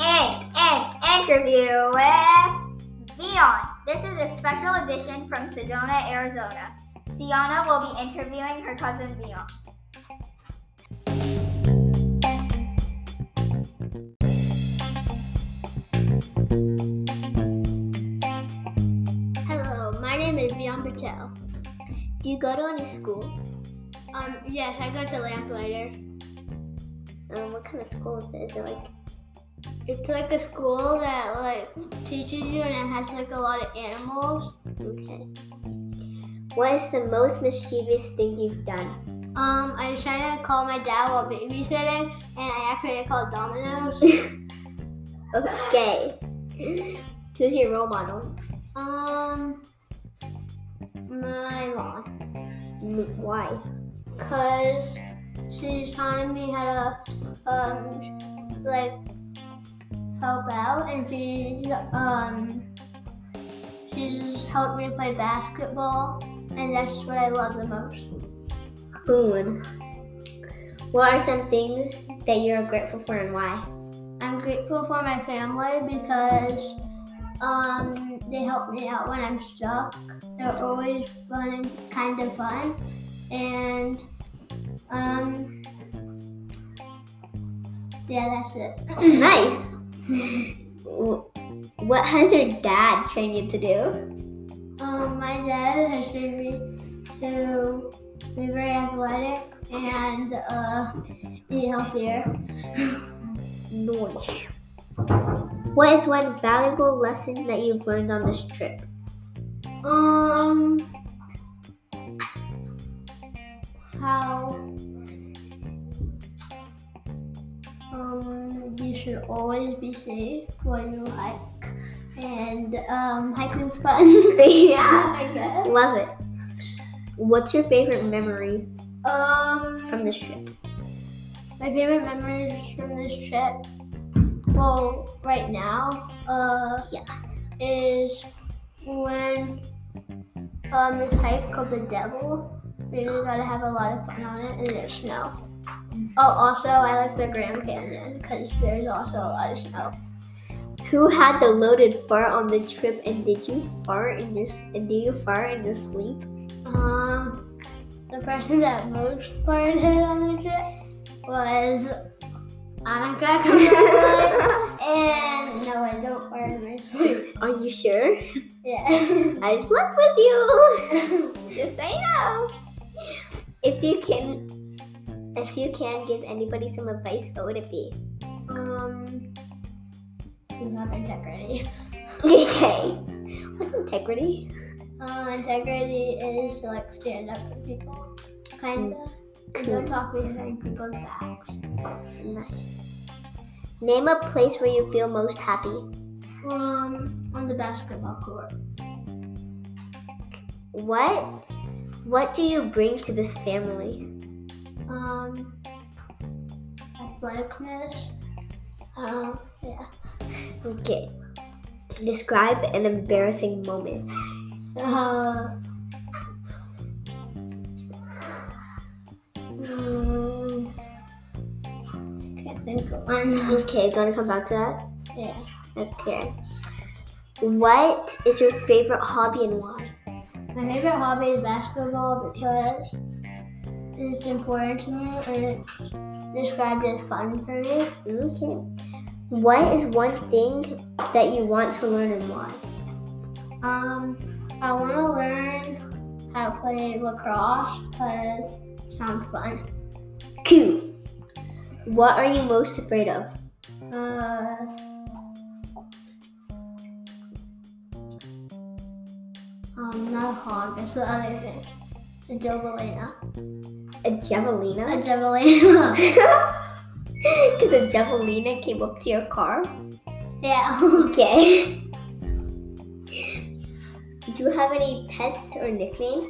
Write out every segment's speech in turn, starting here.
Egg, egg, interview with Vion. This is a special edition from Sedona, Arizona. Sienna will be interviewing her cousin Vion. Hello, my name is Vion Patel. Do you go to any schools? Um, yes, I go to Lamplighter. Um, what kind of schools is it? Like, It's like a school that like teaches you and it has like a lot of animals. okay. What is the most mischievous thing you've done? Um, I decided to call my dad while babysitting and I actually called Domino's. Okay. Who's your role model? um, my mom, Why? cause she's telling me how to um like help out and she's um she's helped me play basketball and that's what I love the most. Cool. What are some things that you're grateful for and why? I'm grateful for my family because um, they help me out when I'm stuck. They're always fun and kind of fun. And um, yeah, that's it. nice. What has your dad trained you to do? um, my dad has trained me to be very athletic and uh, be healthier. Noise. What is one valuable lesson that you've learned on this trip? Um, how um you should always be safe when you hike, and um hiking's fun. yeah. I guess. Love it. What's your favorite memory Um, from this trip? my favorite memories from this trip, well, right now, uh, Yeah. is when um this hike called the Devil. We really got to have a lot of fun on it, and there's snow. Oh, also, I like the Grand Canyon because there's also a lot of snow. Who had the loaded fart on the trip, and did you fart in your s- and do you fart in your sleep? Um, the person that most farted on the trip was Annika. from Illinois. and no, I don't fart in my sleep. Are you sure? Yeah. I slept with you. Just say no. If you can, if you can give anybody some advice, what would it be? um, you have integrity. Okay. What's integrity? Um, integrity is to, like stand up for people, kind of. Don't talk behind people's backs. Name a place where you feel most happy. Um, on the basketball court. What, what do you bring to this family? Um, athleticness. Um, yeah. Okay. Describe an embarrassing moment. Uh, mm, can't think of one. Okay, do you want to come back to that? yeah. Okay. What is your favorite hobby and why? My favorite hobby is basketball because it's important to me and it's described as fun for me. Okay. What is one thing that you want to learn and why? Um, I want to learn how to play lacrosse because it sounds fun. Cool. What are you most afraid of? Uh, um, not a hog, it's the other thing. A javelina. A A javelina? javelina. Because a javelina came up to your car? yeah. Okay. Do you have any pets or nicknames?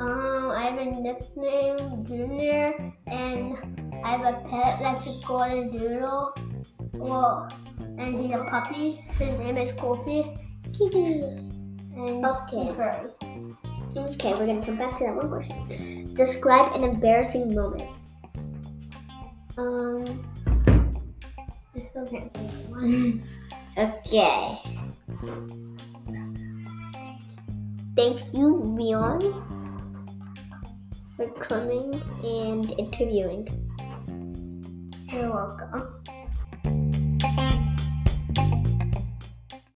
Um, I have a nickname Junior, and I have a pet that's a golden doodle. Well, and he's a puppy. His name is Kofi. Kitty. And Okay. he's furry. Okay, we're gonna come back to that one question. Describe an embarrassing moment. Um, I still can't think of one. Okay. Thank you, Leon, for coming and interviewing. You're welcome.